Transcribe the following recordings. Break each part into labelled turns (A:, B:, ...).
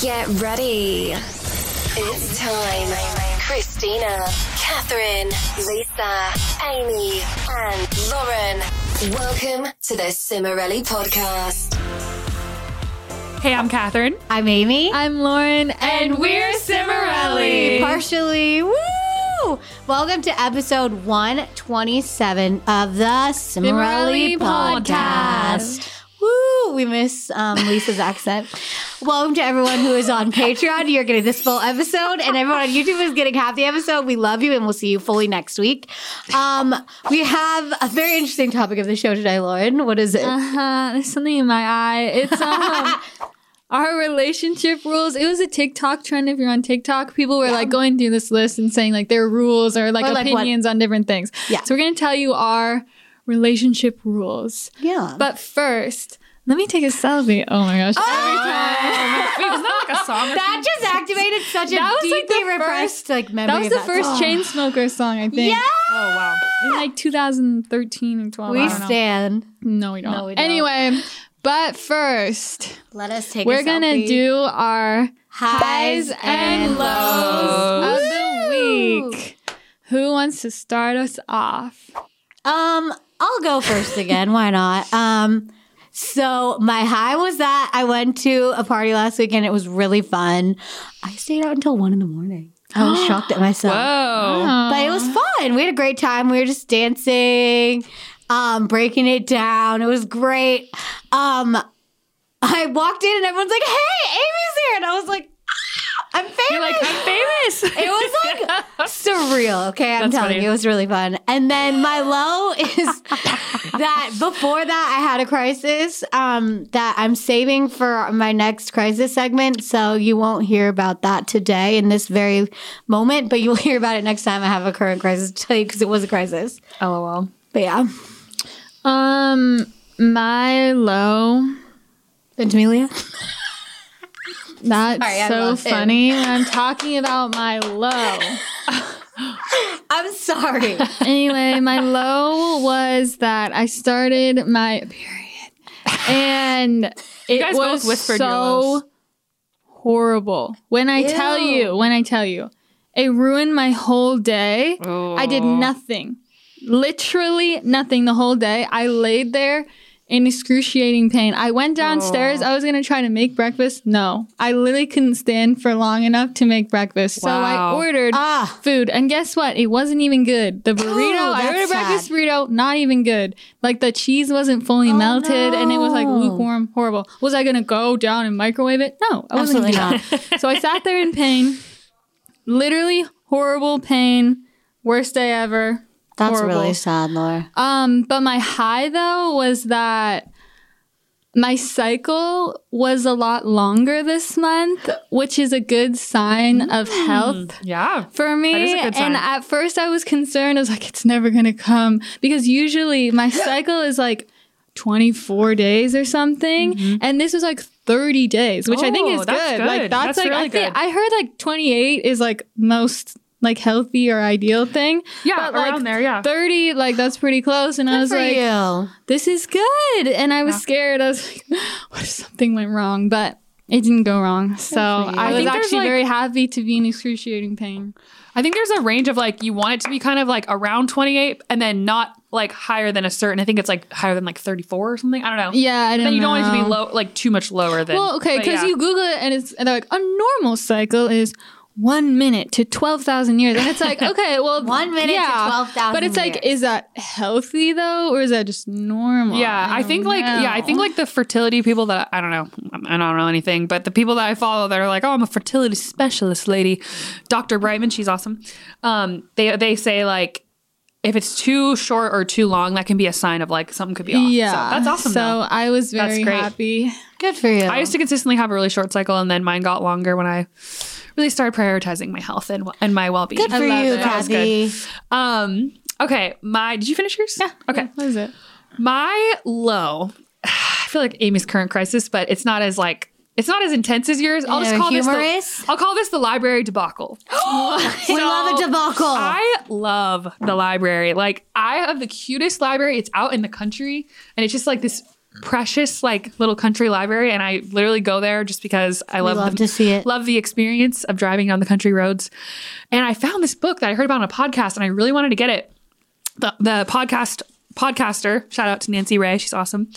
A: Get ready. It's time. Christina, Catherine, Lisa, Amy, and Lauren. Welcome to the Cimarelli Podcast.
B: Hey, I'm Catherine.
C: I'm Amy.
D: I'm Lauren,
C: Partially. Woo! Welcome to episode 127 of the Cimarelli
D: Cimarelli podcast.
C: podcast. Woo! We miss um, Lisa's accent. Welcome to everyone who is on Patreon. You're getting this full episode, and everyone on YouTube is getting half the episode. We love you, and we'll see you fully next week. Um, we have a very interesting topic of the show today, Lauren. What is it?
D: Uh-huh. There's something in my eye. It's um our relationship rules. It was a TikTok trend. If you're on TikTok, people were like going through this list and saying like their rules or like
C: Or, like, what-
D: opinions on different things.
C: Yeah.
D: So we're gonna tell you our relationship rules.
C: yeah.
D: But first, let me take a selfie. Oh my gosh.
B: Wait, was that like a song? or
C: that just activated such a
D: That was, like, the
C: deeply repressed
D: first-
C: like memory.
D: that was
C: of
D: the
C: that
D: first
C: song.
D: Chainsmokers song, I think.
C: Oh. Yeah.
D: In
B: something? Oh, wow.
D: like 2013 and 12. I
C: We
D: don't know.
C: stand.
D: No, we don't.
C: No, we don't.
D: Anyway, but first,
C: Let us take.
D: we're going to do our highs and lows of
C: Woo!
D: the week. Who wants to start us off?
C: Um, I'll go first again. Why not? Um, so my high was that I went to a party last weekend. It was really fun. I stayed out until one in the morning. I was shocked at myself.
B: Oh.
D: Um,
C: But it was fun. We had a great time. We were just dancing, um, breaking it down. It was great. Um, I walked in and everyone's like, "Hey, Amy's here," and I was like, "Ah, "I'm famous."
B: You're like, I'm famous.
C: it was like surreal. Okay, I'm
B: That's
C: telling
B: funny.
C: you, it was really fun. And then my low is that before that I had a crisis um, that I'm saving for my next crisis segment. So you won't hear about that today in this very moment, but you'll hear about it next time I have a current crisis to tell you because it was a crisis.
B: LOL.
C: But yeah,
D: Um, my low.
C: then Amelia.
D: That's
C: Sorry, I
D: so
C: love him.
D: funny. When I'm talking about my low.
C: I'm sorry.
D: anyway, my low was that I started my period, and it
B: guys both
D: was
B: whispered your lows.
D: so horrible. When I tell
C: Ew.
D: you, when I tell you, it ruined my whole day. I did
B: Oh.
D: nothing, literally nothing the whole day. I laid there. In excruciating pain. I went downstairs. I was gonna try to make breakfast. No, I literally couldn't stand for long enough to make breakfast. So I
B: Wow.
D: ordered
C: ah,
D: food. And guess what? It wasn't even good. The burrito, I
C: Oh, that's
D: ordered a breakfast
C: sad. Oh,
D: burrito, not even good. Like the cheese wasn't fully melted and it was like
C: no.
D: lukewarm, horrible. Was I going to go down and microwave it? No, I wasn't
C: absolutely
D: gonna
C: not.
D: do that. so I sat there in pain, literally horrible pain, worst day ever.
C: That's
D: Horrible.
C: really sad, Laura.
D: Um, but my high though was that my cycle was a lot longer this month, which is a good sign of
C: Hmm.
D: health
B: Yeah.
D: for
B: That is
D: me.
B: a good sign.
D: And at first, I was concerned. I was like, it's never going to come because usually my cycle is like 24 days or something. And this was like 30 days, which I think
B: Mm-hmm. Oh,
D: is
B: that's
D: good.
B: good.
D: Like, that's,
B: That's
D: like,
B: really
D: I, think,
B: good.
D: I heard like 28 is like most like healthy or ideal thing.
B: Yeah,
D: but like
B: around there, yeah.
D: 30, like that's pretty close. And I was
C: For
D: like,
C: you.
D: this is good. And I was scared. I was like, what if something went wrong? But it didn't go wrong. So I,
B: I
D: was
B: think there's,
D: actually
B: like-
D: very happy to be in excruciating pain.
B: I think there's a range of like, you want it to be kind of like around 28 and then not like higher than a certain. I think it's like higher than like 34 or something. I don't know.
D: Yeah, I don't
B: Then you don't want it to be
D: know.
B: low, like too much lower than.
D: Well, okay,
B: but
D: because
B: yeah.
D: you Google it and it's and they're like a normal cycle is one minute to twelve thousand years, and it's like okay, well,
C: One minute to 12,000
D: but it's like,
C: years.
D: is that healthy though, or is that just normal?
B: Yeah, I,
D: don't
B: think like yeah, I
D: know.
B: think like the fertility people that I don't know, I don't know anything, but the people that I follow that are like, oh, I'm a fertility specialist lady, Dr. Brightman, she's awesome. Um, they they say like if it's too short or too long, that can be a sign of like something could be off.
D: yeah,
B: so that's awesome.
D: So
B: though.
D: I was
B: That's
D: very
B: great.
D: happy.
C: Good for you.
B: I used to consistently have a really short cycle, and then mine got longer when I really started prioritizing my health and and my well being.
C: good for
D: love
C: you,
D: it. That
B: was
C: Kathy.
B: Um, okay, my did you finish yours? Yeah. Okay.
D: What is it?
B: My low, I feel like Amy's current crisis, but it's not as like it's not as intense as yours. I'll just
C: Yeah,
B: call this.
C: humorous?
B: The, I'll call this the library debacle.
C: We love a debacle.
B: I love the library. Like I have the cutest library. It's out in the country, and it's just like this precious like little country library and I literally go there just because I love,
C: love
B: the-
C: to see it.
B: Love the experience of driving down the country roads. And I found this book that I heard about on a podcast and I really wanted to get it. The the podcast podcaster, shout out to Nancy Ray, she's awesome.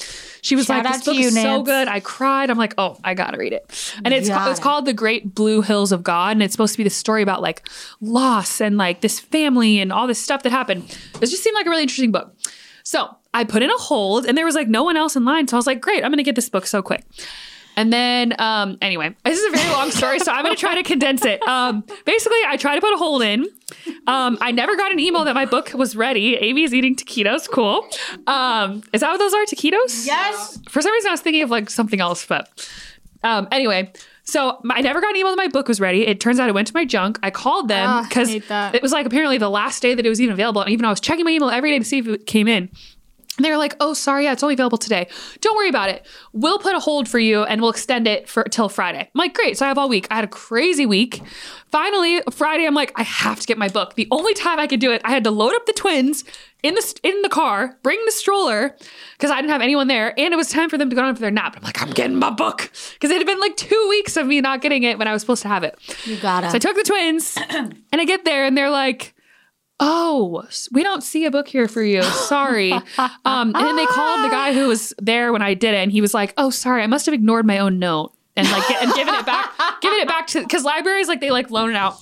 B: She was
C: Shout
B: like
C: out
B: this
C: to
B: book
C: you,
B: is so
C: Nance."
B: good. I cried. I'm like, "Oh, I got to read it." And it's ca-
C: Got
B: it's
C: it.
B: called The Great Blue Hills of God and it's supposed to be the story about like loss and like this family and all this stuff that happened. It just seemed like a really interesting book. So I put in a hold, and there was like no one else in line. So I was like, great, I'm going to get this book so quick. And then, um, anyway, this is a very long story, so I'm going to try to condense it. Um, basically, I tried to put a hold in. Um, I never got an email that my book was ready. Amy's eating taquitos. Cool. Um, is that what those are? Taquitos?
C: Yes.
B: For some reason, I was thinking of like something else, but um, anyway. So my- I never got an email that my book was ready. It turns out it went to my junk. I called them
D: Ah,
B: because
D: hate that.
B: it was like apparently the last day that it was even available. And even I was checking my email every day to see if it came in. And they were like, "Oh, sorry, yeah, it's only available today. Don't worry about it. We'll put a hold for you, and we'll extend it for till Friday." I'm like, "Great!" So I have all week. I had a crazy week. Finally, Friday, I'm like, "I have to get my book." The only time I could do it, I had to load up the twins in the in the car, bring the stroller because I didn't have anyone there, and it was time for them to go down for their nap. I'm like, "I'm getting my book," because it had been like two weeks of me not getting it when I was supposed to have it.
C: You gotta.
B: So I took the twins and I get there and they're like, Oh, s- we don't see a book here for you. Sorry. um, and then they called the guy who was there when I did it and he was like, Oh, sorry, I must have ignored my own note. And like get, and giving it back, giving it back to because libraries like they like loan it out.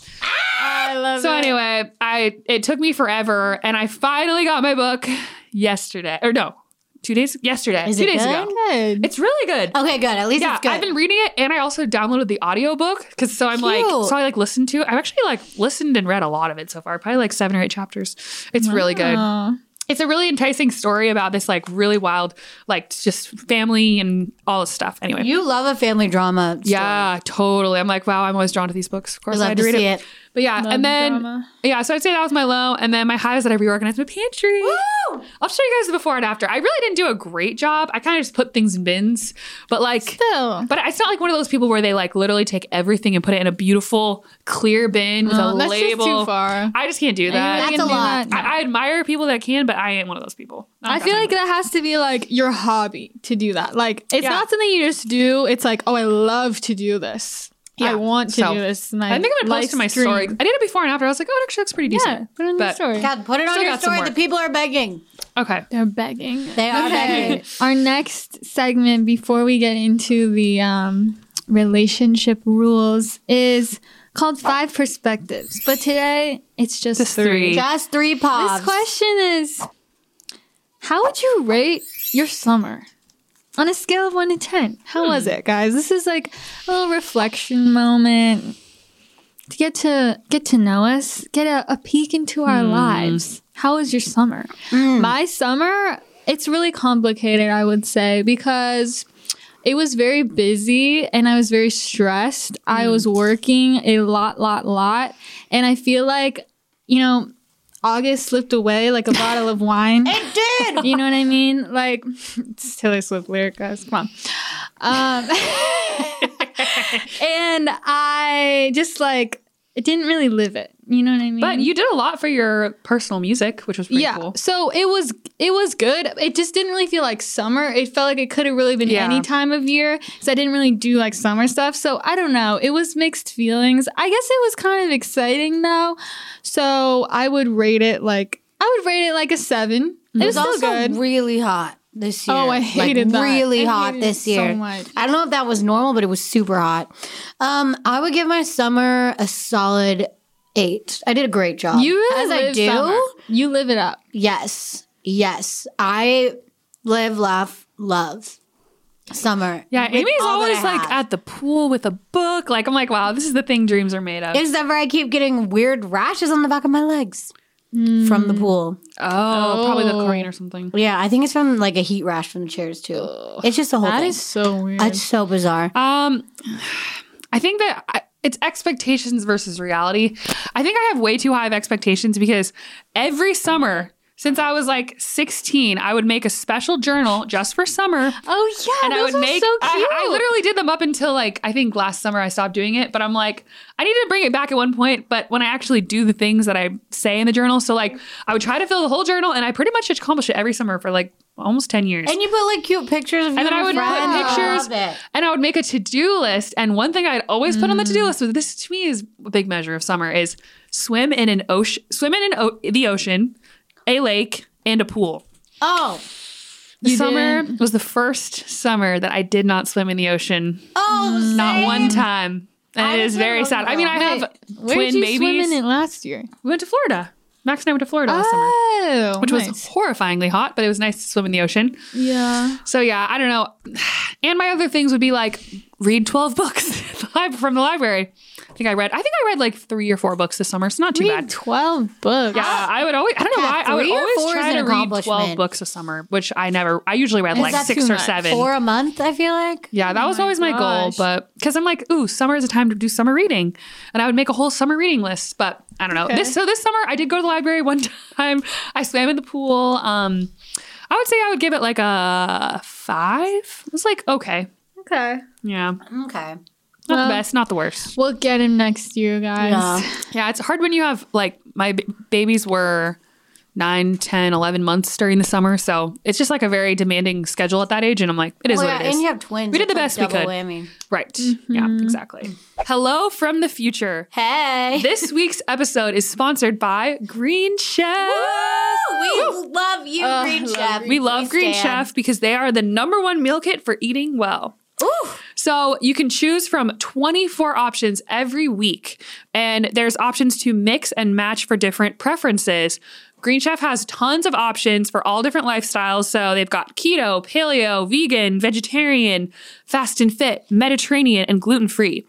D: I love
B: So anyway, I it took me forever, and I finally got my book yesterday, or no, two days yesterday,
C: Is
B: two
C: it
B: days
C: good?
B: ago.
D: Good.
B: It's really good.
C: okay, good. At least
B: Yeah,
C: it's good.
B: I've been reading it and I also downloaded the audiobook because so I'm like
C: Cute.
B: so I like listened to it. I've actually like listened and read a lot of it so far, probably like seven or eight chapters. It's really good.
D: Aw.
B: It's a really enticing story about this like really wild, like just family and all this stuff. Anyway.
C: you love a family drama. story.
B: yeah, totally. I'm like, wow, I'm always drawn to these books. Of course,
C: love
B: I had to
C: to
B: read
C: see
B: it.
C: it.
B: But yeah,
D: Love
B: and then
D: drama.
B: yeah, so I'd say that was my low, and then my high is that I reorganized my pantry.
C: Woo!
B: I'll show you guys the before and after. I really didn't do a great job. I kind of just put things in bins, but like
D: Still.
B: but it's not like one of those people where they like literally take everything and put it in a beautiful clear bin with
D: No,
B: a
D: Oh, that's just
B: label.
D: too far.
B: I just can't do that.
C: really
D: That's a
C: gonna do
D: lot.
C: that?
B: I, I admire people that can, but I ain't one of those people. Not
D: I
B: that
D: feel
B: kind
D: like
B: of-
D: that has to be like your hobby to do that. Like it's
B: Yeah.
D: not something you just do. It's like, oh, I love to do this.
B: Yeah.
D: I want to
B: So,
D: do this. My
B: I think I'm gonna
D: life's
B: post to my
D: dream.
B: story. I did it before and after. I was like, oh, it actually looks pretty
D: Yeah,
B: decent.
D: put it in the
B: But-
D: story.
C: God, put it on
B: Still
C: your
B: got some
C: story. The
B: work.
C: people are begging.
B: Okay.
D: They're begging.
C: They are begging.
D: Our next segment before we get into the um, relationship rules is called Five Perspectives. But today it's just,
B: Just three.
D: three.
C: Just three paws.
D: This question is How would you rate your summer? On a scale of one to 10, how was it, guys? This is like a little reflection moment to get to get to know us, get a, a peek into our lives. How was your summer? My summer, it's really complicated, I would say, because it was very busy and I was very stressed. I was working a lot, lot, lot. And I feel like, you know, August slipped away like a bottle of wine.
C: It did.
D: You know what I mean? Like, it's Taylor Swift lyric, guys. Come on. Um, and I just like, it didn't really live it. You know what I mean?
B: But you did a lot for your personal music, which was pretty
D: yeah.
B: cool.
D: So it was it was good. It just didn't really feel like summer. It felt like it could have really been
B: Yeah.
D: any time of year. So I didn't really do like summer stuff. So I don't know. It was mixed feelings. I guess it was kind of exciting though. So I would rate it like I would rate it like a seven. It was
C: It
D: still
C: was also
D: good.
C: really hot this year.
D: Oh, I hated
C: like,
D: that.
C: Really
D: I
C: hot
D: hated
C: this
D: it so
C: year.
D: much.
C: I don't know if that was normal, but it was super hot. Um, I would give my summer a solid eight. I did a great job.
D: you really
C: As
D: live
C: I do.
D: summer. You live it up.
C: Yes, yes. I live, laugh, love. Summer.
B: Yeah,
C: With
B: Amy's
C: all that
B: always
C: I
B: like
C: have.
B: at the pool with a book. Like I'm like, wow, this is the thing dreams are made of.
C: Except for I keep getting weird rashes on the back of my legs from the pool.
B: oh, probably the
D: Oh.
B: chlorine or something.
C: Yeah, I think it's from like a heat rash from the chairs too. It's just the whole
D: That
C: thing.
D: is so weird.
C: it's so bizarre.
B: Um, I think that I, it's expectations versus reality. I think I have way too high of expectations because every summer since I was like 16, I would make a special journal just for summer.
D: oh yeah.
B: And I
D: those
B: would
D: are
B: make.
D: so
B: I-
D: cute.
B: I, literally did them up until like I think last summer I stopped doing it, but I'm like I need to bring it back at one point. But when I actually do the things that I say in the journal, so like I would try to fill the whole journal, and I pretty much accomplished it every summer for like almost 10 years.
C: And you put like cute pictures of you
B: And then I
C: your
B: would
C: friends.
B: put
C: I
B: pictures,
C: love it.
B: and I would make a to do list. And one thing I'd always put on the to
D: Mm.
B: do list was this to me is a big measure of summer is swim in an ocean, swim in an o- the ocean, a lake, and a pool.
C: Oh,
B: summer was the first summer that I did not swim in the ocean,
C: oh,
B: not
C: same.
B: one time. And
C: I
B: it is
C: didn't
B: very
C: know
B: sad.
C: that.
B: I mean, I have
D: Where
B: twin
D: did you
B: babies.
D: swim in it last year?
B: we went to Florida. Max and I went to Florida last summer.
D: Oh,
B: Which was
D: nice.
B: horrifyingly hot, but it was nice to swim in the ocean.
D: yeah.
B: So yeah, I don't know. And my other things would be like read twelve books from the library. I think I read. I think I read like three or four books this summer. It's not too
D: Read
B: bad.
D: twelve books.
B: Yeah, I would always. I don't know
C: Yeah,
B: why. I would
C: three or
B: always
C: four
B: try
C: is
B: to
C: an
B: read twelve
C: accomplishment.
B: books a summer, which I never. I usually read
D: Is
B: like
D: that
B: six
D: too
B: or
D: much?
B: seven.
C: Four a month, I feel like.
B: Yeah, that was
D: my
B: always my goal,
D: gosh.
B: but because I'm like, ooh, summer is a time to do summer reading, and I would make a whole summer reading list. But I don't know. This so this summer I did go to the library one time. I swam in the pool. Um, I would say I would give it like a five. It's like okay,
D: Okay.
B: yeah, not
C: Okay.
B: the
D: Well-
B: best, not the worst.
D: We'll get him next year, guys.
C: Yeah.
B: Yeah, it's hard when you have like my b- babies were. 9, 10, 11 months during the summer. So it's just like a very demanding schedule at that age. And I'm like, it is
C: Well,
B: what
C: yeah,
B: it is.
C: and you Mm-hmm. have twins.
B: We did
C: It's,
B: the
C: like,
B: best we
C: double
B: could.
C: Whammy.
B: right. Yeah, exactly. Hello from the future.
C: Hey.
B: This week's episode is sponsored by Green Chef.
C: Woo! we love you, Green Chef.
B: Uh, We love Green
C: stand.
B: Chef because they are the number one meal kit for eating well.
C: Ooh.
B: So you can choose from 24 options every week, and there's options to mix and match for different preferences. Green Chef has tons of options for all different lifestyles. So they've got keto, paleo, vegan, vegetarian, fast and fit, Mediterranean, and gluten free.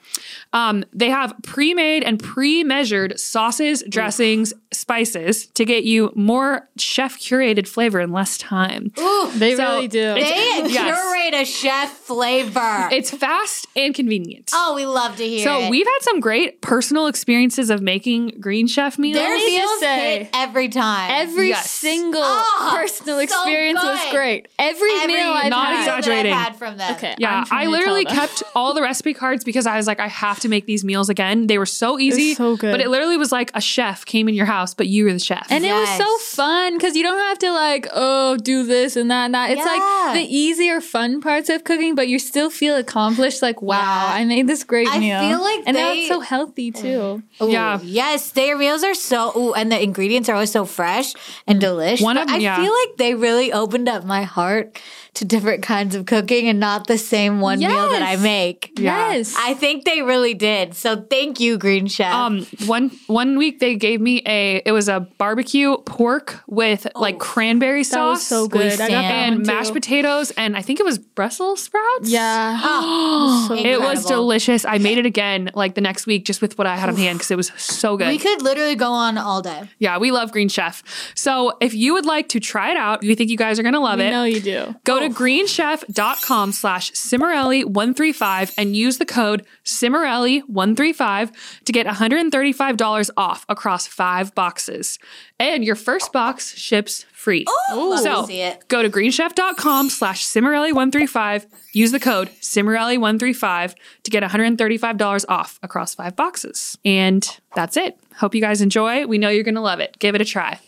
B: Um, they have pre made and pre measured sauces, dressings, spices to get you more chef curated flavor in less time.
D: They
B: So,
D: really do.
B: it's-
C: They
B: Yes.
C: curate a chef flavor.
B: It's fast and convenient.
C: oh, we love to hear
B: So
C: it.
B: we've had some great personal experiences of making Green Chef meals.
C: Their
D: me just
C: meals
D: say-
C: hit every time.
D: Every
B: Yes.
D: single
C: Oh,
D: personal
C: so
D: experience was
C: good.
D: great. Every,
C: Every
D: meal I've
C: meal
D: had.
B: Not
C: that I've
B: exaggerating.
C: had from them.
D: Okay.
B: yeah,
D: I'm trying
B: I
D: to tell
B: literally
D: them.
B: kept all the recipe cards because I was like, I have to make these meals again. They were so easy,
D: so good.
B: but it literally was like a chef came in your house, but you were the chef.
D: And it was
C: Yes.
D: so fun because you don't have to like, oh, do this and that and that. It's
C: Yeah.
D: like the easier, fun parts of cooking, but you still feel accomplished. Like, wow,
C: Yeah.
D: I made this great
C: I
D: meal.
C: feel like
D: and now
C: they-
D: it's so healthy too.
C: Ooh,
B: Yeah.
C: Yes, their meals are so ooh, and the ingredients are always so fresh and delicious.
B: One of-
C: But I
B: yeah.
C: feel like they really opened up my heart to different kinds of cooking and not the same one meal that I
D: Yes.
C: make.
B: Yeah.
D: Yes,
C: I think they really did. So thank you, Green Chef.
B: um, one one week they gave me a it was a barbecue pork with like cranberry
D: Oh, that was
B: sauce,
D: so good. I got that
C: Sam.
B: and
D: one, too.
B: mashed potatoes, and I think it was Brussels sprouts.
D: Yeah,
C: Oh,
B: It was
C: incredible.
B: delicious. I made it again like the next week just with what I had on hand because it was so good.
C: We could literally go on all day.
B: Yeah, we love Green Chef. So if you would like to try it out, we think you guys are going to love
D: I
B: it.
D: know you do.
B: Go
C: Oh.
B: to greenchef.com slash Cimarelli135 and use the code Cimarelli135 to get $135 off across five boxes. And your first box ships free.
C: Oh, love
B: so
C: to see it.
B: go to greenchef.com slash Cimarelli135, use the code Cimarelli135 to get $135 off across five boxes. And that's it. Hope you guys enjoy. We know you're going to love it. Give it a try.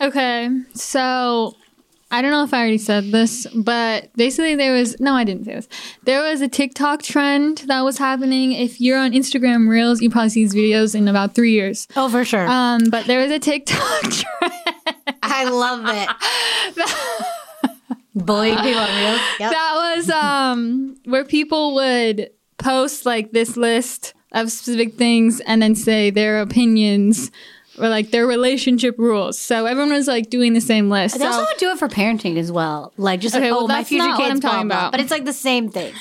D: Okay, so I don't know if I already said this, but basically there was no, I didn't say this. There was a TikTok trend that was happening. If you're on Instagram Reels, you probably see these videos in about three years.
C: Oh, for sure.
D: Um, but there was a TikTok trend
C: I love it. Bullying people on reels. Yep.
D: that was um where people would post like this list of specific things and then say their opinions or like their relationship rules. So everyone was like doing the same list.
C: They
D: So-
C: also would do it for parenting as well. Like just
D: Okay,
C: like,
D: well,
C: oh, my
D: that's
C: future
D: not what
C: kids
D: I'm
C: blah,
D: talking
C: blah.
D: about.
C: But it's like the same thing.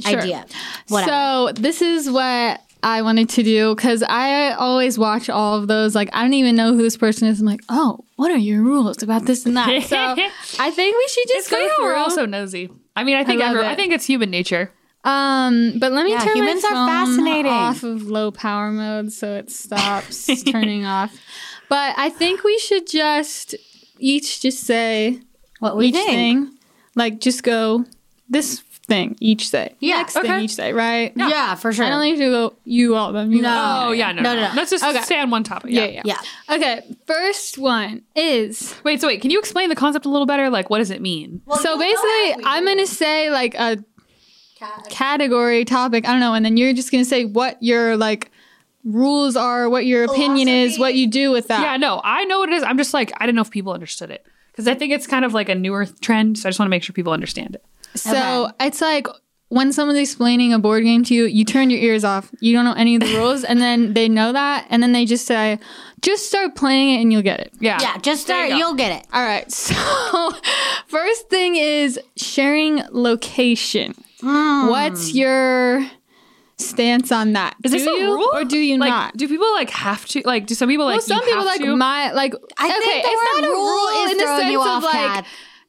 D: Sure.
C: Idea. Whatever.
D: So this is what I wanted to do because I always watch all of those. Like I don't even know who this person is. I'm like, oh, what are your rules about this and that? So I think we should just
B: It's
D: go
B: great how
D: through.
B: we're also nosy. I mean, I think
D: I love
B: every-
D: it.
B: I think it's human nature.
D: um, but let me
C: Yeah,
D: turn
C: humans
D: my
C: are
D: phone
C: fascinating.
D: off of low power mode so it stops turning off. But I think we should just each just say
C: What we
D: each
C: think.
D: thing, like just go this thing each day.
B: Yeah,
D: Next
B: okay.
D: thing each day, right?
C: Yeah, for sure.
D: I don't need to go you all them. You
C: No.
D: all
B: Oh
D: them.
B: yeah, no,
C: No,
B: no,
C: no,
B: no.
C: no.
B: Let's just
D: Okay.
B: stay on one topic.
D: Yeah,
B: Yeah.
D: yeah.
C: yeah.
D: Okay, first one is
B: Wait, so wait, can you explain the concept a little better? Like, what does it mean?
D: so basically I'm gonna say like a category topic. I don't know, and then you're just gonna say what your like rules are, what your opinion is, what you do with that.
B: Yeah, no, I know what it is. I'm just like, I didn't know if people understood it because I think it's kind of like a newer th- trend. So I just want to make sure people understand it.
D: So it's like when someone's explaining a board game to you, you turn your ears off. You don't know any of the rules, and then they know that, and then they just say, "Just start playing it, and you'll get it."
B: Yeah.
C: Yeah, just
B: There
C: start.
B: you go.
C: You will get it.
D: All right. So first thing is sharing location.
B: Hmm.
D: What's your stance on that?
B: Is this
D: do
B: a
D: you
B: rule
D: or do you
B: Like,
D: not?
B: Do people like have to? Like, do some people like?
D: well, some
B: you
D: people
B: have
D: like
B: to?
D: my like.
C: I
D: okay,
C: think the
D: it's
C: word
D: not a
C: rule
D: rule
C: is
D: in the
C: throwing
D: sense
C: you
D: of
C: off,
D: like,
C: Kat.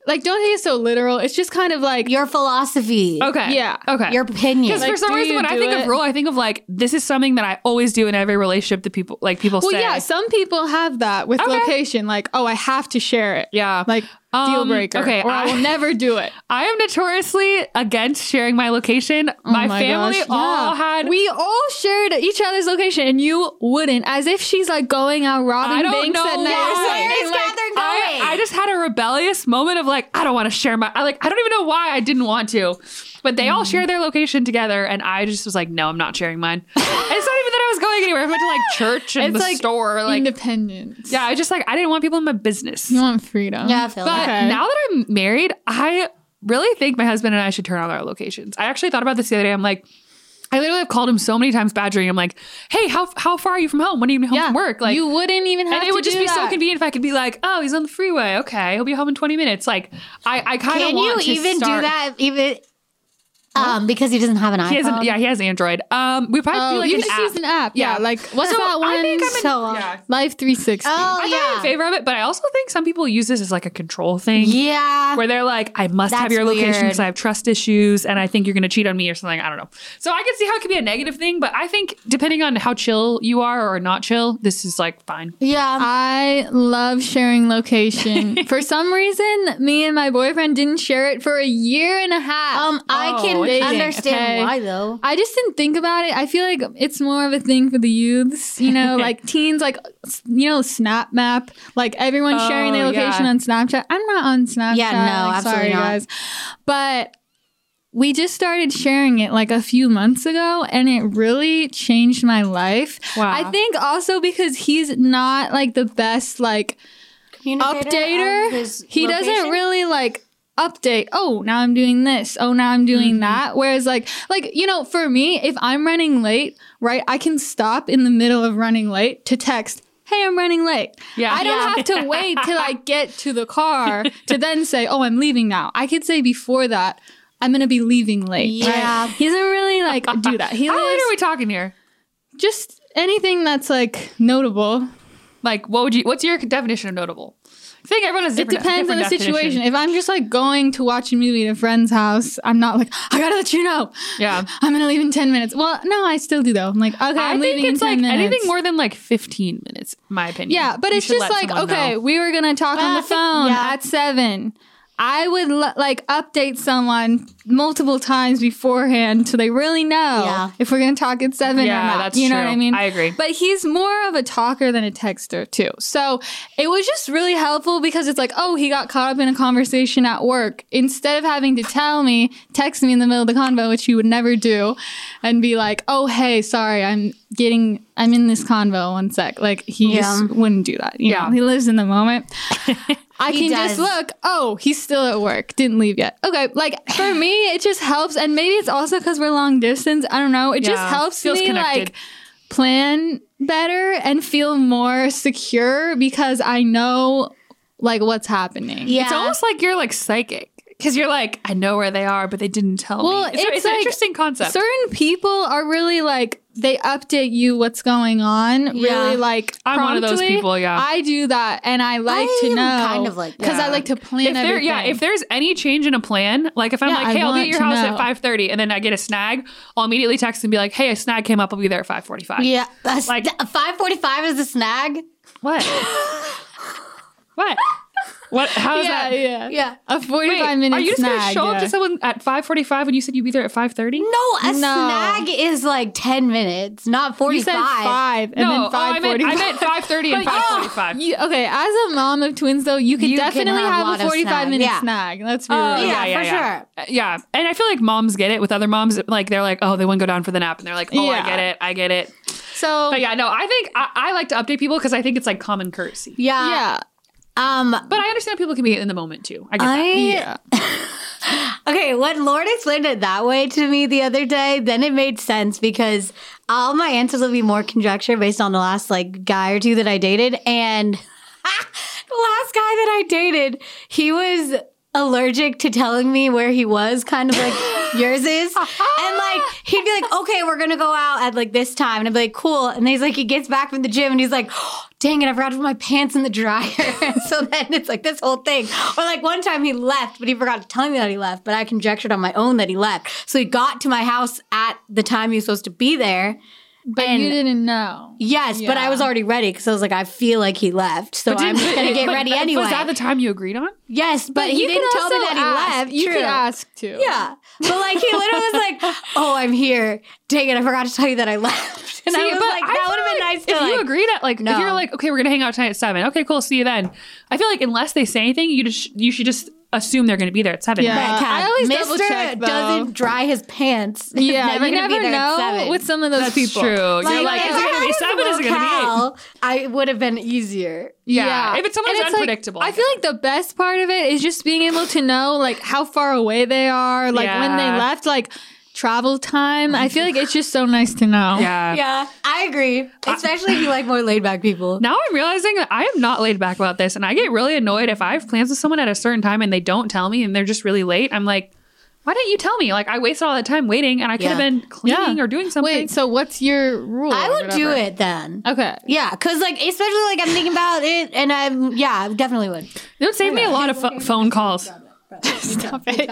D: like don't take it so literal. It's just kind of like
C: Your philosophy.
B: Okay.
D: Yeah.
B: Okay.
C: Your opinion.
B: Because for
D: Like,
B: some
D: do
B: reason,
D: you
B: when I
D: do
B: think
D: it?
B: of rule, I think of like this is something that I always do in every relationship that people like people
D: Well,
B: say.
D: yeah, some people have that with
B: Okay.
D: location. Like, oh, I have to share it.
B: Yeah.
D: Like, deal
B: Um,
D: breaker.
B: okay,
D: Or I, will
B: I-
D: never do it.
B: I am notoriously against sharing my location. Oh my,
D: Oh my
B: family
D: gosh,
B: all
D: yeah.
B: had.
D: We all shared each other's location, and you wouldn't. As if she's like going out robbing
B: I don't
D: banks
B: know.
D: at night.
B: why.
D: or something.
C: where is
B: Like,
C: Catherine
B: I,
C: going?
B: I just had a rebellious moment of like, I don't want to share my. I like, I don't even know why I didn't want to, but they
D: Mm.
B: all share their location together, and I just was like, no, I'm not sharing mine. it's not even that I was going anywhere. I went to like church and
D: It's
B: the
D: like
B: store. Like,
D: independence.
B: yeah, I just like I didn't want people in my business.
D: you want freedom.
C: Yeah, I feel
B: But
C: that.
D: Okay.
B: now that I'm married, I really think my husband and I should turn on our locations. I actually thought about this the other day. I'm like, I literally have called him so many times badgering. I'm like, hey, how how far are you from home? When are you gonna be home
D: yeah.
B: from work? Like
D: you wouldn't even have.
B: and it
D: to
B: would just
D: do
B: be so
D: that.
B: convenient if I could be like, oh, he's on the freeway. Okay, he'll be home in 20 minutes. Like, I, I kind of
C: Can you
B: want to
C: even
B: start-
C: do that? Even um, because he doesn't have an iPhone.
B: He has an, yeah, he has Android. Um, we probably
D: Oh,
B: do like
D: you
B: an
D: just
B: app.
D: use an app. Yeah, like what's
B: So,
D: that one?
B: I think I'm in,
C: So, uh,
B: yeah.
D: Life 360.
C: Oh
B: I think I'm in
C: yeah.
B: favor of it, but I also think some people use this as like a control thing.
C: Yeah.
B: Where they're like, I must have
C: That's
B: your location
C: weird.
B: because I have trust issues and I think you're going to cheat on me or something. I don't know. So I can see how it could be a negative thing, but I think depending on how chill you are or not chill, this is like fine.
C: Yeah.
D: I love sharing location. for some reason, me and my boyfriend didn't share it for a year and a half.
C: Um, I can
B: Oh, dating,
C: understand
D: okay.
C: why though.
D: I just didn't think about it. I feel like it's more of a thing for the youths, you know, like teens, like, s- you know, Snap Map, like everyone sharing their
B: Oh,
D: location
B: yeah.
D: on Snapchat. I'm not on Snapchat.
C: Yeah, no,
D: like,
C: absolutely
D: sorry,
C: not.
D: guys. But we just started sharing it like a few months ago and it really changed my life.
B: Wow.
D: I think also because he's not like the best, like,
C: of
D: updater.
C: his
D: He doesn't
C: location?
D: really like update. Oh, now I'm doing this. Oh, now I'm
C: Mm-hmm.
D: doing that. Whereas like like you know, for me, if I'm running late, right, I can stop in the middle of running late to text Hey, I'm running late.
B: Yeah.
D: I don't
B: Yeah.
D: have to wait till I get to the car to then say, "Oh, I'm leaving now." I could say before that, "I'm going to be leaving late." right?
C: Yeah.
D: He doesn't really like do that. He
B: How late
D: lives
B: are we talking here?
D: just anything that's like notable.
B: Like, what would you? What's your definition of notable? I think everyone has.
D: It
B: different-
D: depends on the
B: different definition.
D: situation. If I'm just like going to watch a movie at a friend's house, I'm not like, I gotta let you know.
B: Yeah.
D: I'm gonna leave in 10 minutes. Well, no, I still do though. I'm like, okay,
B: I
D: I'm leaving
B: think
D: in
B: it's
D: 10
B: like
D: minutes.
B: anything more than like 15 minutes, in my opinion.
D: Yeah, but
B: You
D: it's
B: should
D: just
B: let
D: like,
B: someone
D: okay,
B: know.
D: we were gonna talk
C: Well,
D: on
C: I
D: the
C: think-
D: phone
C: yeah.
D: at seven. I would l- like update someone multiple times beforehand so they really know
C: Yeah.
D: if we're gonna talk at seven
B: Yeah,
D: or not.
B: that's
D: you know what
B: true.
D: I mean?
B: I agree.
D: But he's more of a talker than a texter too. So it was just really helpful because it's like, oh, he got caught up in a conversation at work instead of having to tell me, text me in the middle of the convo, which he would never do, and be like, oh, hey, sorry, I'm getting, I'm in this convo. One sec. Like he
C: Yeah.
D: just wouldn't do that. yeah,
B: Yeah.
D: he lives in the moment. I
C: He
D: can
C: does.
D: just look. Oh, he's still at work. Didn't leave yet. Okay, like for me, it just helps, and maybe it's also because we're long distance. I don't know. It just
B: Yeah,
D: helps
B: feels
D: me
B: connected.
D: like plan better and feel more secure because I know like what's happening.
C: Yeah.
B: It's almost like you're like psychic because you're like, I know where they are, but they didn't tell
D: Well,
B: me. It's,
D: it's
B: it's an
D: like-
B: interesting concept.
D: Certain people are really like they update you what's going on.
C: Yeah.
D: Really like
B: I'm one of those
D: promptly.
B: people, yeah.
D: I do that, and I like to
C: I'm
D: know
C: kind of like
D: because I
C: that.
D: like to plan
B: if there,
D: everything.
B: yeah, if there's any change in a plan, like if I'm
D: Yeah,
B: like,
D: I
B: hey, I'll be
D: want
B: at your
D: to
B: house
D: know.
B: at 5:30, and then I get a snag, I'll immediately text and be like, hey, a snag came up. I'll be there at 5:45.
C: Yeah.
B: Like-
C: five forty five is a snag.
B: What? what? What? How is
D: yeah,
B: that?
D: yeah,
C: Yeah.
D: A forty-five
B: Wait,
D: minute
B: are you just
D: snag.
B: gonna
D: yeah.
B: show up to someone at five forty-five when you said you'd be there at five thirty?
C: No, a
D: No.
C: snag is like 10 minutes, not 45.
D: You said five, and
B: no,
D: then five
B: oh, I meant I
D: forty-five.
B: meant five thirty and
D: But oh,
B: five
D: yeah.
B: forty-five.
D: You- okay, as a mom of twins, though, you could
C: You can
D: definitely
C: have a
D: have,
C: lot
D: a
C: of
D: 45 minute
C: snag. Yeah.
D: snag. Let's be
B: Oh,
D: real.
C: yeah, for
B: yeah. Uh, Yeah. And I feel like moms get it with other moms. Like, they're like, oh, they wouldn't go down for the nap. And they're like, oh, I
D: Yeah.
B: get it. I get it.
D: So,
B: But yeah, no, I think I, I like to update people because I think it's like common courtesy.
C: Yeah.
D: yeah.
C: Um,
B: But I understand people can be in the moment too. I
C: I
B: get that.
D: Yeah.
C: Okay, when Lauren explained it that way to me the other day, then it made sense because all my answers will be more conjecture based on the last like guy or two that I dated. And the last guy that I dated, he was allergic to telling me where he was, kind of like yours is. And like he'd be like, Okay, we're gonna go out at like this time. And I'd be like, Cool. And he's like, he gets back from the gym and he's like, "Oh, Dang it, I forgot to put my pants in the dryer. so then it's like this whole thing. Or like one time he left, but he forgot to tell me that he left, but I conjectured on my own that he left. So he got to my house at the time he was supposed to be there.
D: But
C: And-
D: you didn't know.
C: Yes, but I
D: Yeah.
C: was already ready because I was like, I feel like he left. So I'm just going to get
B: But
C: ready anyway.
B: Was that the time you agreed on?
C: yes, but,
D: you
C: he
D: could
C: didn't tell me that
D: also
C: he
D: ask.
C: left.
D: You
C: True.
D: could ask too.
C: Yeah. But like he literally was like, Oh, I'm here. Dang it, I forgot to tell you that I left. And I
B: See,
C: was
B: but
C: like,
B: I
C: that
B: feel
C: would have been
B: like
C: nice to
B: If you
C: like-
B: agreed at like,
C: No.
B: if you're like, okay, we're gonna hang out tonight at seven. Okay, cool. See you then. I feel like unless they say anything, you just you should just assume they're gonna be there at seven.
D: Yeah.
C: Red
D: Uh,
C: cap.
D: I always
C: Mister
D: double-check, though.
C: doesn't dry his pants. He's
D: Yeah, you
C: gonna be
D: never
C: there at
D: know
C: seven.
D: with some of those
B: That's
D: people.
B: true. You're
D: Like,
B: like, is it gonna be
C: if I
B: seven?
C: was
B: Is it gonna be eight?
C: locale, I would have been easier.
B: Yeah. If it's someone
D: And
B: who's
D: like-
B: unpredictable,
D: I feel like the best part of it is just being able to know like how far away they are, like when they
B: Yeah.
D: left, like travel time. I feel like it's just so nice to know.
B: Yeah.
C: Yeah, I agree. Especially if you like more laid back people.
B: Now I'm realizing that I am not laid back about this, and I get really annoyed if I have plans with someone at a certain time and they don't tell me and they're just really late. I'm like, why didn't you tell me? Like I wasted all that time waiting, and I could have
C: Yeah.
B: been cleaning or doing something.
D: Wait, so what's your rule?
C: I
D: or
C: would do
D: whatever?
C: it then.
D: Okay.
C: Yeah, because like especially like I'm thinking about it, and I'm yeah, I definitely would.
B: It would save me a lot of pho- phone calls. Stop it.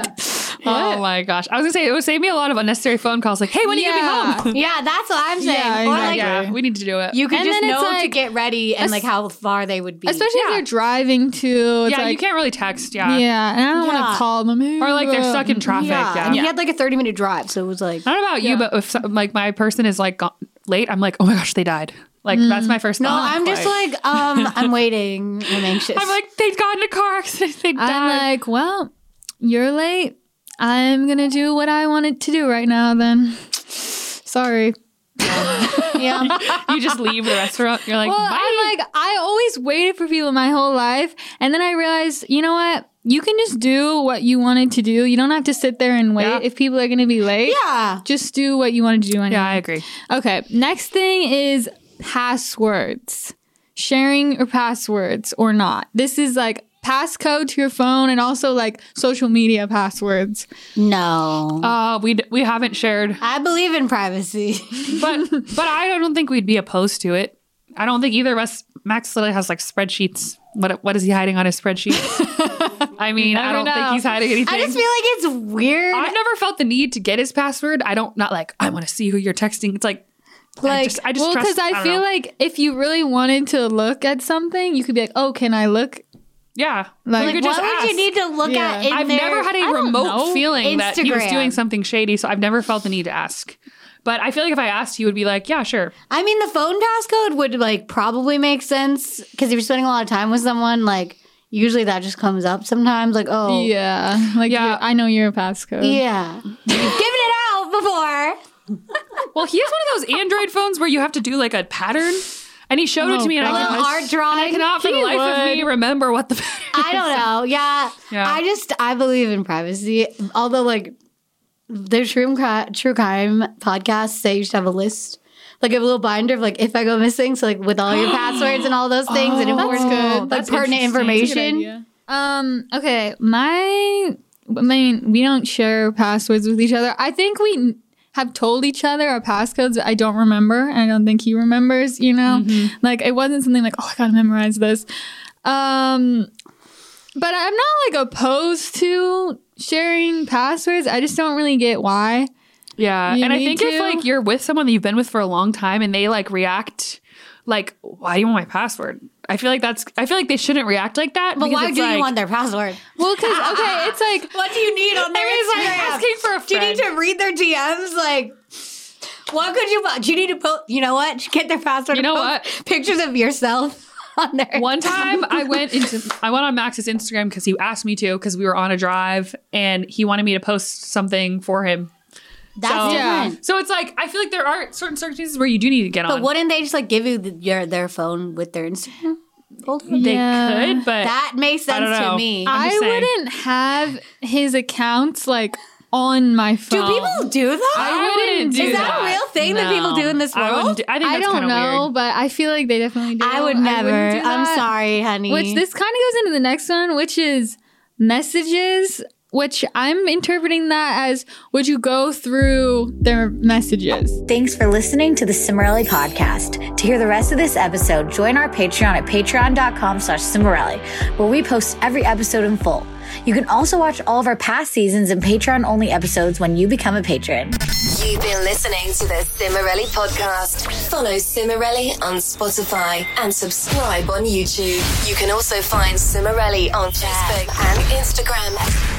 B: Oh my gosh. I was going to say, it would save me a lot of unnecessary phone calls. Like, hey, when are you going to be home?
C: Yeah, that's what I'm saying.
D: Yeah,
C: or like
D: exactly.
B: Oh. Yeah, we need to do it.
C: you could
D: And
C: just
D: then it's
C: know to
D: like-
C: get ready and like how far they would be.
D: Especially if
B: Yeah.
D: they're driving too. It's
B: yeah,
D: like,
B: you can't really text. Yeah.
D: Yeah, and I don't want
C: Yeah.
D: to call them. Hey,
B: Or like they're
D: uh,
B: stuck in traffic.
C: yeah,
B: Yeah.
C: and he had like a 30 minute drive, so it was like
B: I don't know about you, but if some, like my person is like gone, late, I'm like, oh my gosh, they died. Like, that's my first
C: No,
B: thought.
C: I'm just like, um, I'm waiting. I'm anxious.
B: Oh, I'm like, they got in a car accident. They died.
D: I'm like, well, you're late. I'm gonna do what I wanted to do right now. Then, sorry.
C: yeah.
B: you just leave the restaurant. You're like,
D: Well,
B: bye.
D: I'm like, I always waited for people my whole life, and then I realized, you know what? You can just do what you wanted to do. You don't have to sit there and wait
B: Yeah.
D: if people are gonna be late.
C: Yeah.
D: Just do what you wanted to do anyway.
B: yeah, I agree.
D: Okay. Next thing is passwords. Sharing your passwords or not. This is like passcode to your phone and also like social media passwords.
C: No.
B: Uh, we d- we haven't shared,
C: I believe in privacy.
B: but but I don't think we'd be opposed to it. I don't think either of us. Max literally has like spreadsheets. What what is he hiding on his spreadsheet? I mean, I don't think
D: know.
B: he's hiding anything.
C: I just feel like it's weird.
B: I've never felt the need to get his password. I don't not like I want to see who you're texting. It's like I
C: Like,
B: just I just
D: Well, because
B: trust-
D: I,
B: don't
D: feel
B: know.
D: like if you really wanted to look at something, you could be like, oh, can I look?
B: yeah,
D: Like-
B: you
C: like
B: could
C: what
B: just
C: would you
B: ask.
C: need to look
D: Yeah.
C: at? In
B: I've
C: their-
B: never had a
D: don't
B: remote
D: know.
B: feeling that he was
C: Instagram.
B: doing something shady, so I've never felt the need to ask. But I feel like if I asked, he would be like, "Yeah, sure."
C: I mean, the phone passcode would like probably make sense because if you're spending a lot of time with someone, like usually that just comes up sometimes. Like, oh, yeah,
D: Yeah. Like,
B: Yeah.
D: yeah. I know you're a passcode.
C: You've given it out before.
B: Well, he has one of those Android phones where you have to do like a pattern, and he showed
D: Oh,
B: it to me, and
C: A
B: I,
C: little
B: cannot-
C: art drawing.
B: I cannot for the
D: He
B: life of me
D: would.
B: remember what the. pattern
C: I don't know. Yeah.
B: Yeah.
C: I just I believe in privacy. Although like the true Cri- true crime podcasts say you should have a list. Like a little binder of like if I go missing, so like with all your passwords and all those things and important,
D: good.
C: like
B: Oh, That's
C: pertinent
B: interesting. That's
C: information.
D: Um, okay. My, I mean, we don't share passwords with each other. I think we n- have told each other our passcodes. but I don't remember. I don't think he remembers, you know?
B: Mm-hmm.
D: Like, it wasn't something like, oh, I gotta memorize this. Um, but I'm not like opposed to sharing passwords. I just don't really get why.
B: Yeah,
D: You
B: and I
D: need
B: think
D: to?
B: if like you're with someone that you've been with for a long time and they like react like, why do you want my password? I feel like that's. I feel like they shouldn't react like that.
C: But
B: because
C: why
B: it's
C: do
B: like-
C: you want their password?
D: Well, because okay, it's like
C: What do you need on their
B: It is like
C: Instagram?
B: asking for a
C: Do you need
B: friend.
C: to read their DMs? Like, what could you? Do you need to put? You know what? Get their password.
B: You know
C: and post Pictures of yourself on there.
B: One time I went into I went on Max's Instagram because he asked me to because we were on a drive and he wanted me to post something for him.
C: That's
B: So,
D: yeah.
C: different.
B: so it's like I feel like there are certain circumstances where you do need to get
C: But
B: on.
C: wouldn't they just like give you the, your their phone with their Instagram? Hold on.
B: they
D: Yeah.
B: could, but
C: That makes
B: I don't
C: sense to
B: know.
C: me.
B: I'm
D: I
B: just saying.
D: wouldn't have his accounts like on my
C: do
D: phone.
C: people do that?
B: I wouldn't do
C: Is that, a real thing that people do in this world?
B: I wouldn't. Do, I think
D: I
B: that's
D: don't
B: kind of
D: know,
B: weird.
D: but I feel like they definitely do.
C: I would
D: wouldn't
C: never.
D: do
C: I'm
D: that.
C: sorry, honey.
D: Which this kind of goes into the next one, which is messages. Which I'm interpreting that as would you go through their messages?
E: Thanks for listening to the Cimarelli podcast. To hear the rest of this episode, join our Patreon at patreon.com slash Cimarelli, where we post every episode in full. You can also watch all of our past seasons and Patreon-only episodes when you become a patron.
A: You've been listening to the Cimarelli podcast. Follow Cimarelli on Spotify and subscribe on YouTube. You can also find Cimarelli on Facebook and Instagram.